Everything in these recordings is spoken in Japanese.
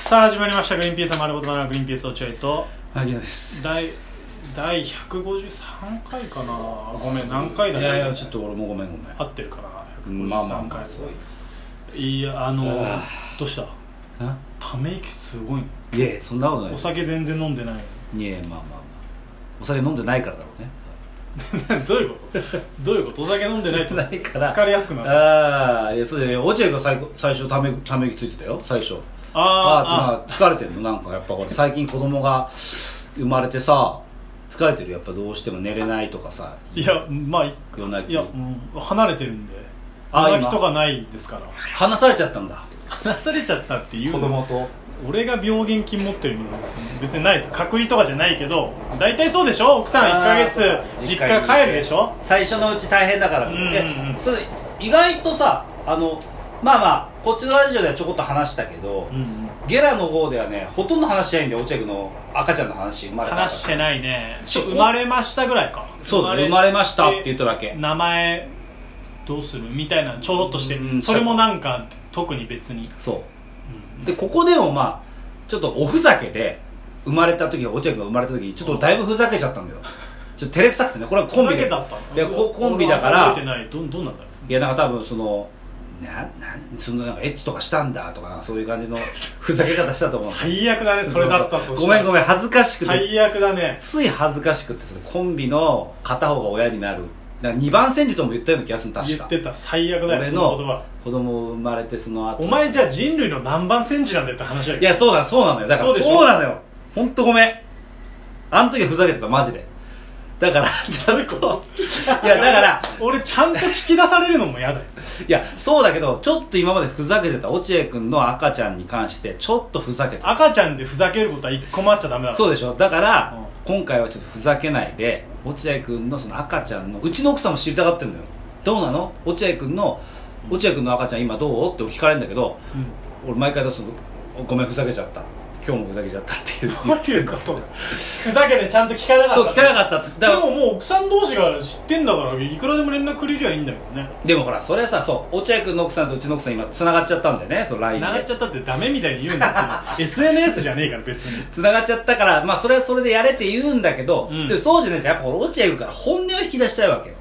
さあ始まりました「グリーンピースの丸ごとバナナグリーンピース落合」と萩野です第第153回かなごめん何回だいねやいやちょっと俺もごめんごめん合ってるかな153回、まあまあまいやあのあどうしたあため息すごいのいやいやそんなことないお酒全然飲んで ないいやいやまあまあまあお酒飲んでないからだろうねどういうことどういうことお酒飲んでないとないから疲れやすくなるああいやそうじゃね落合が最後最初ためため息ついてたよ最初あーああーってな疲れてるのなんかやっぱこれ最近子供が生まれてさ疲れてるやっぱどうしても寝れないとかさいやまあい夜泣いきや、うん離れてるんであ離今れとかないですから話されちゃったんだ離されちゃったっていう子供と俺が病原菌持ってるみたいなですね別にないです隔離とかじゃないけど大体そうでしょ奥さん1あヶー月実実家家に帰るでしょ最初のうち大変だから、うんうんうんでそれ意外とさあのまあまあこっちのラジオではちょこっと話したけど、うんゲラの方ではねほとんど話しないんだよ落合君の赤ちゃんの話生まれた話してないねちょ生まれましたぐらいかそう生まれましたって言っただけ名前どうするみたいなのちょろっとしてうんそれもなんか特に別にそううんでここでもまあちょっとおふざけで生まれた時落合君が生まれた時ちょっとだいぶふざけちゃったんだよちょっと照れくさくてねこれはコンビふざでけだったのいやこコンビだから覚えてないどどんなんだろういやなんか多分そのななんそのなんかエッチとかしたんだとかなんかそういう感じのふざけ方したと思う最悪だね それだったとごめんごめんめん恥ずかしくて最悪だねつい恥ずかしくてそのコンビの片方が親になるなんか2番煎じとも言ったような気がする確か言ってた最悪だよ俺その言の葉子供生まれてその後お前じゃあ人類の何番センチなんだよって話だよいやそうだそうなのよだからそうそうでしょなのよ本当ごめんあの時はふざけてたマジでだから ちゃんといやだから俺ちゃんと聞き出されるのも嫌だよいやそうだけどちょっと今までふざけてた落合君の赤ちゃんに関してちょっとふざけてた赤ちゃんでふざけることは一個もあっちゃダメだろそうでしょだから、うん今回はちょっとふざけないで落合君のその赤ちゃんのうちの奥さんも知りたがってるのよどうなの落合君の落合君の赤ちゃん今どうって聞かれるんだけどうん俺毎回そのごめんふざけちゃった今日もふざけちゃったって いうどういうことふざけてちゃんと聞かなかったそう聞かなかったってだでからももう奥さん同士が知ってんだからいくらでも連絡くれりゃいいんだけどねでもほらそれさそう落合君の奥さんとうちの奥さん今つながっちゃったんだよねその LINE 繋でがっちゃったってダメみたいに言うんですよ SNS じゃねえから別につながっちゃったから、まあ、それはそれでやれって言うんだけど、うんでもそうじゃないとやっぱ俺落合君から本音を引き出したいわけよ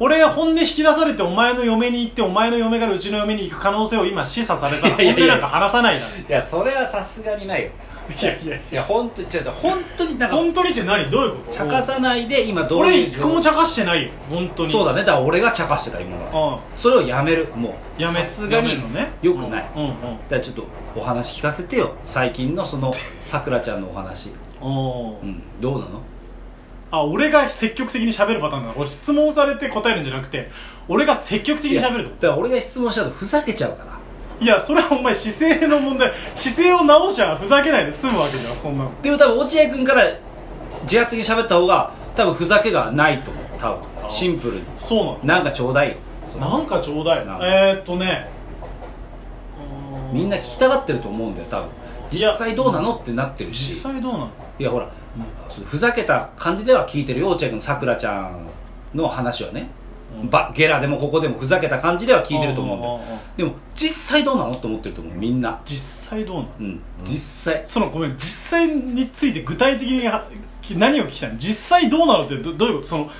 俺が本音引き出されてお前の嫁に行ってお前の嫁からうちの嫁に行く可能性を今示唆されたらいや本音いやいやなんか話さないだいやそれはさすがにないよろいやいやいや本当に違う違う本当になんか本当にって何どういうこと茶化さないで今どう俺いう一個も茶化してないよ本当にそうだねだから俺が茶化してた今はうんそれをやめるもうやめさすがにやめるのねよくない、うんうんだからちょっとお話聞かせてよ最近のそ のさくらちゃんのお話おーうんどうなのあ俺が積極的に喋るパターンだ俺質問されて答えるんじゃなくて俺が積極的に喋るとだから俺が質問したとふざけちゃうからいやそれはお前姿勢の問題姿勢を直しゃふざけないで済むわけじゃんそんなのでも多分落合君から自発的に喋った方が多分ふざけがないと思う多分シンプルにそうなのなんかちょうだいよそのなんかちょうだいなんえー、っとねうーみんな聞きたがってると思うんだよ多分い実や際どうなのってなってるし実際どうなのいやほら、そのふざけた感じでは聞いてるよ落合君のさくらちゃんの話はね、うんばゲラでもここでもふざけた感じでは聞いてると思うんだよあーあーあーでも実際どうなのって思ってると思うみんな実際どうなのうん実際そのごめん実際について具体的には何を聞きたいの実際どうなのってどどういうことその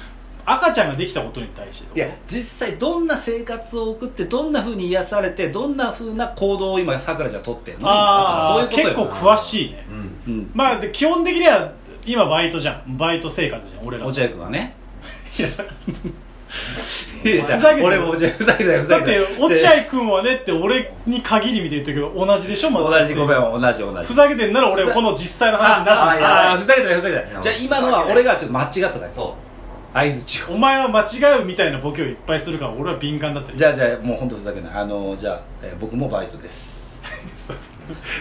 赤ちゃんができたことに対していや実際どんな生活を送ってどんなふうに癒されてどんなふうな行動を今さくらちゃん取ってんのああだからそういう結こと構よ詳しいね、うんまあで基本的には今バイトじゃんバイト生活じゃん俺ら落合君はねいやいやじゃあふざけてる俺も落合ふざけてないふざだけっててない落合君はねって俺に限り見て言ってるけど同じでしょま同じごめんん同じ同じふざけてんなら俺この実際の話なしでああーさふざけてないふざけてないじゃあ今のは俺がちょっと間違っただけそ合図中お前は間違うみたいなボケをいっぱいするから俺は敏感だったりじゃあじゃあもう本当ふざけないあのじゃあ、えー僕もバイトですそう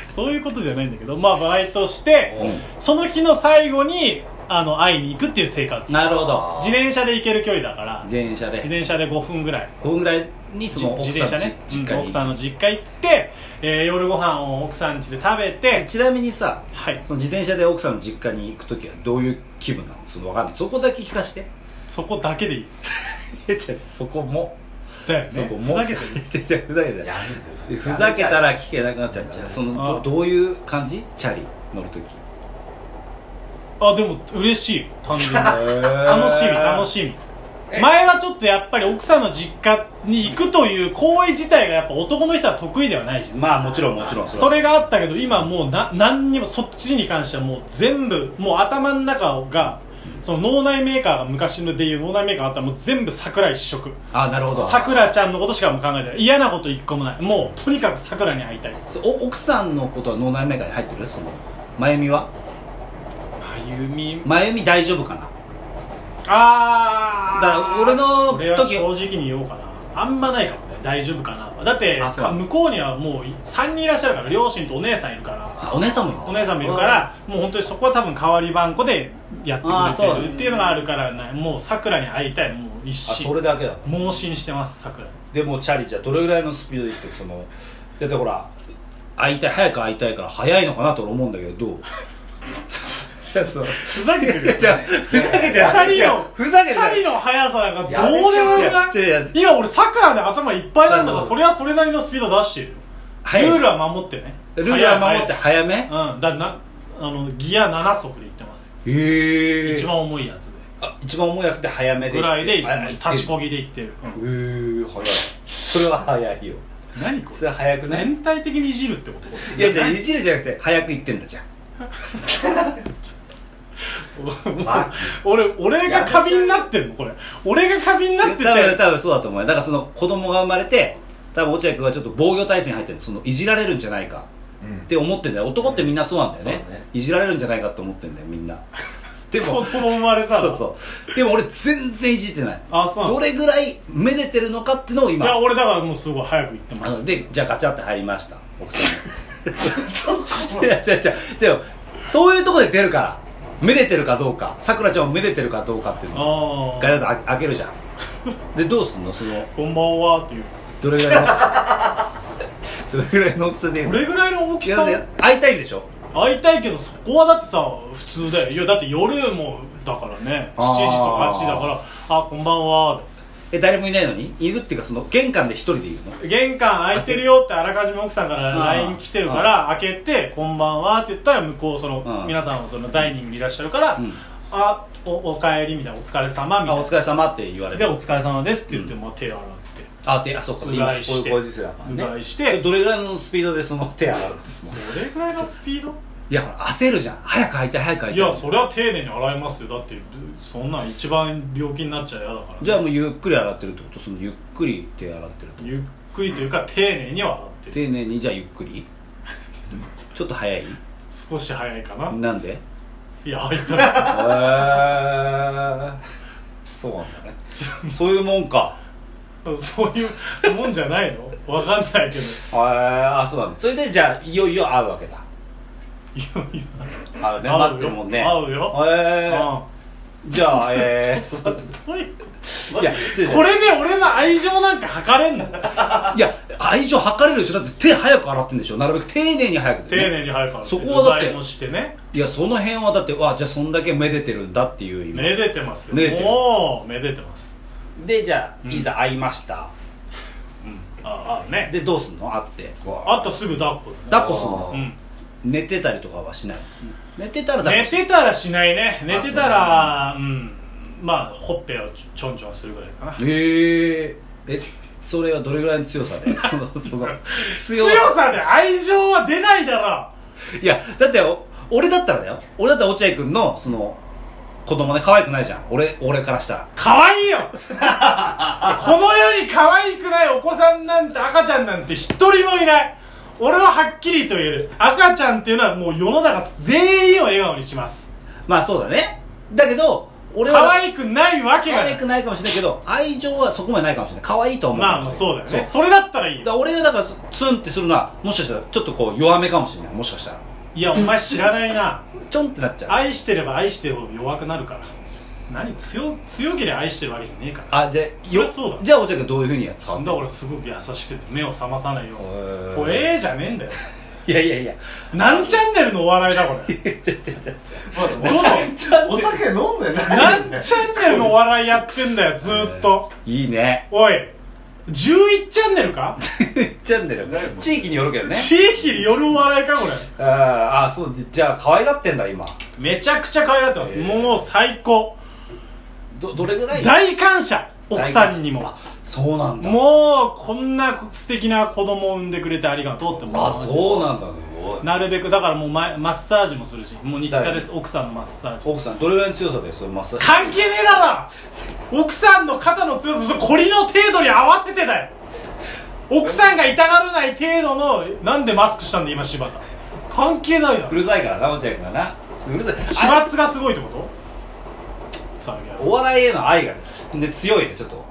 そういうことじゃないんだけどまあバイトしてうその日の最後にあの会いに行くっていう生活なるほど自転車で行ける距離だから自自転車で転車で5分ぐらいこんぐらいにそじの奥自さん転車ねじ実うん家に奥さんの実家行って、えー夜ご飯を奥さん家で食べえてちなみにさはいその自転車で奥さんの実家に行く時はどういう気分なのそのわかんないそこだけ聞かしてそこだけでいいそこもだよそうねこうふざけて違うる 違うふざけてないやめてふざけたら聞けなくなっちゃうんだよそのあどどういう感じチャリ乗るときあでも嬉しい単純に楽楽しみ楽しみ前はちょっとやっぱり奥さんの実家に行くという行為自体がやっぱ男の人は得意ではないじゃんまあもちろんもちろんそはれがあったけど今もうな何にもそっちに関してはもう全部もう頭の中がその脳内メーカーが昔のでいう脳内メーカーがあったらもう全部桜一色あなるほどさくらちゃんのことしかもう考えてない嫌なこと一個もないもうとにかくさくらに会いたいそうお奥さんのことは脳内メーカーに入ってるその真由美はあゆみ真由美大丈夫かなあーだから俺の俺は時正直に言おうかなあんまないかもね大丈夫かなだってあそうか向こうにはもう3人いらっしゃるから両親とお姉さんいるからあお姉さんもいるお姉さんもいるからもう本当にそこは多分代わり番子でやってあーくそれうてるっていうのがあるからなもうさくらに会いたいもう一あそ心れだけだ盲信してますさくらでもチャリじゃどれぐらいのスピードで行ってるそのだってほら会いたい早く会いたいから早いのかなと俺思うんだけどどうそうふざけてるじゃあふざけてチないャリいやのふざけてチなャいリの速さなんかやどうめでてもよくいや違うな違いう今俺さくらで頭いっぱいなんだかあらのそれはそれなりのスピード出してるよ早いルールは守ってねルールは守って早い早め早いうんだなあのギア7速で行ってますよへ一番重いやつであ一番重いやつで早めでぐらいで行ってあま行すってる立ちこぎで行ってるうんうー早いそれは早いよ何こそれれは早くない全体的にいじるってこといやじゃあいじるじゃなくて早く行ってんだじゃんあ 俺俺が過敏になってんのこれ俺が過敏になってて多分多分そうだと思うよだからその子供が生まれて多分落合君はちょっと防御体制に入ってるそのいじられるんじゃないかうんって思ってんだよ男ってみんなそうなんだよねそうねいじられるんじゃないかって思ってんだよ みんなで子も供生まれたそらうそうでも俺全然いじってないあそうなどのれぐらいめでてるのかってのをい今や俺だからもうすごい早く行ってまあのすでじゃあガチャって入りました奥さん いや違う違うでもそういうとこで出るからめでてるかどうかさくらちゃんをめでてるかどうかっていうのをあガあチャって開けるじゃんでどうすんのそのこんばんはっていうどれぐらい のどれぐらいの大きさでこれぐらいの大いきやさいや会いたいんでしょ会いたいけどそこはだってさ普通だよいやだって夜もだからね7あー時とか8時だからあこんばんはえ誰もいないのにいるっていうかその玄関で一人でいるの玄関開いてるよってあらかじめ奥さんからあー LINE 来てるから開けて「こんばんは」って言ったら向こうそのうん皆さんはそのダイニングにいらっしゃるからうん「あおおかえり」みたいな「お疲れ様みあたいおな疲れ様って言われで「るお疲れ様です」って言ってもう手洗っあ手あそうかうがいこういうしてこういう時世だかてうらがねいしそてれどどれぐらいのスピードでその手洗うんですのれぐらいのスピードいやほら焦るじゃん早く会いたい早く会いいたいやそれは丁寧に洗いますよだってそんなん一番病気になっちゃ嫌だからじゃあもうゆっくり洗ってるってことそのゆっくり手洗ってるってこゆっくりというか丁寧には洗ってとる丁寧にじゃあゆっくりちょっと早い少し早いかななんでへいや入ったら ーそうなんだね そういうもんかそういうもんじゃないのわかんないけどへーあそうなんだそれでじゃあいよいよ会うわけだいやいや会うね会うよ待ってるもんね会うよへーじゃあ えうんだってどういうこー、いやちょとこれで俺の愛情なんか測れんのいや愛情測れるでしょだって手早く洗ってんでしょなるべく丁寧に早く、ね、丁寧に早く洗ってそこはだってうがいもしてねいやその辺はだってわあじゃあそんだけめでてるんだっていう意味めでてますよめでてるもうめでてますでじゃあんいざ会いました、ああねでどうすんの会ってあとすぐ抱っこだね抱っこすんの、うん寝てたりとかはしない寝てたら抱っ寝こすてたらしないね寝てたらうんまあほっぺをちょんちょんするぐらいかなへええそれはどれぐらいの強さ でそのその強さで愛情は出ないだろいやだってお俺だったらだよ俺だったら落合君のその子供ね可愛くないじゃん俺俺からしたら可愛いよ この世に可愛くないお子さんなんて赤ちゃんなんて一人もいない俺ははっきりと言える赤ちゃんっていうのはもう世の中全員を笑顔にしますまあそうだねだけど俺は可愛くないわけ可がな愛いくないかもしれないけど愛情はそこまでないかもしれない可愛いと思うまあまあそうだよねそれだったらいいよだから俺がだからツンってするのはもしかしたらちょっとこう弱めかもしれないもしかしたらいやお前知らないなちょんってなっちゃう愛してれば愛してるほど弱くなるから何強強ければ愛してるわけじゃねえからあじゃあそりゃそうだじゃあお茶がどういうふうにやって触だんかのら俺すごく優しくて目を覚まさないようにへえこれええじゃねえんだよいやいやいや何チャンネルのお笑いだこれちゃちゃちゃどのちゃお酒飲んでない何チャンネルのお笑いやってんだよずーっといいね おい11チャンネルかチャンネル地域によるけどね地域によるお笑いかこれあーあーそうじゃあ可愛がってんだ今めちゃくちゃ可愛がってます、えーもう最高どどれぐらい大感謝奥さんにもあそうなんだもうこんな素敵な子供を産んでくれてありがとうって思いあますそうなんだねなるべくだからもうママッサージもするしもう日課です奥さんのマッサージ奥さんどれぐらいの強さでそのマッサージ関係ねえだろ奥さんの肩の強さとコリの程度に合わせてだよ奥さんが痛がらない程度のなんでマスクしたんだ今柴田関係ないだうろるさいからな落合君がなちょっとうるさい飛あ沫がすごいってことさあやお笑いへの愛がねで強いねちょっと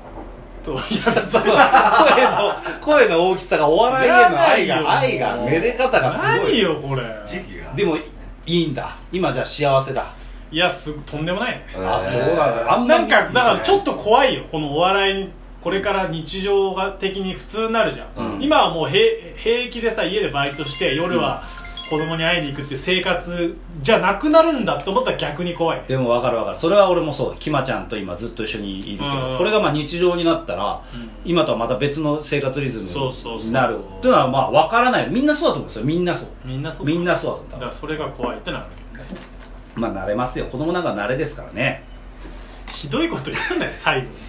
とその声の声の大きさがお笑いへの愛知らがない愛よがめで方がすご何いよこれ時期がでもいいんだ今じゃあ幸せだいやすとんでもないねあそうなんだあんまなりんかだからちょっと怖いよこのお笑いこれから日常が的に普通になるじゃん、うん今はもう平平気でさ家でバイトして夜は子供に会いに行くっていう生活じゃなくなるんだと思ったら逆に怖いねでも分かる分かるそれは俺もそうきまちゃんと今ずっと一緒にいるけど、うんこれがまあ日常になったら、ん今とはまた別の生活リズムそうそうそうになるっていうのはまあ分からないみんなそうだと思うんですよみんなそうみんなそうみんなそうだとだか思うらそれが怖いってなるまあ慣れますよ子供なんか慣れですからねひどいこと言うんだよ最後に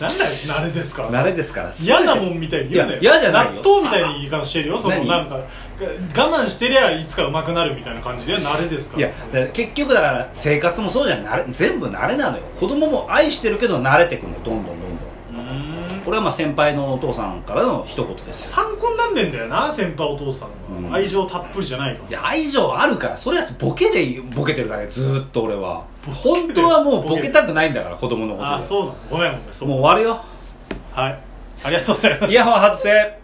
なんだよ慣れですから慣れですから嫌なもんんみたいに言うなよいや嫌じゃないよ納豆みたいに言い方してるよその何なんか我慢してりゃいつかうまくなるみたいな感じで慣れですかいらやだから結局だから生活もそうじゃん慣れ全部慣れなのよ子供も愛してるけど慣れてくんのよどんどんどんどんうーんこれはまあ先輩のお父さんからの一言ですよ参考になんねんだよな先輩お父さんは、うん愛情たっぷりじゃないかいや愛情あるからそれはボケでボケてるだけずーっと俺はボケて本当はもうボケたくないんだから子供のこらあとそうなのごめんごめんで そうもう終わるよはいありがとうございましたイヤホン外せ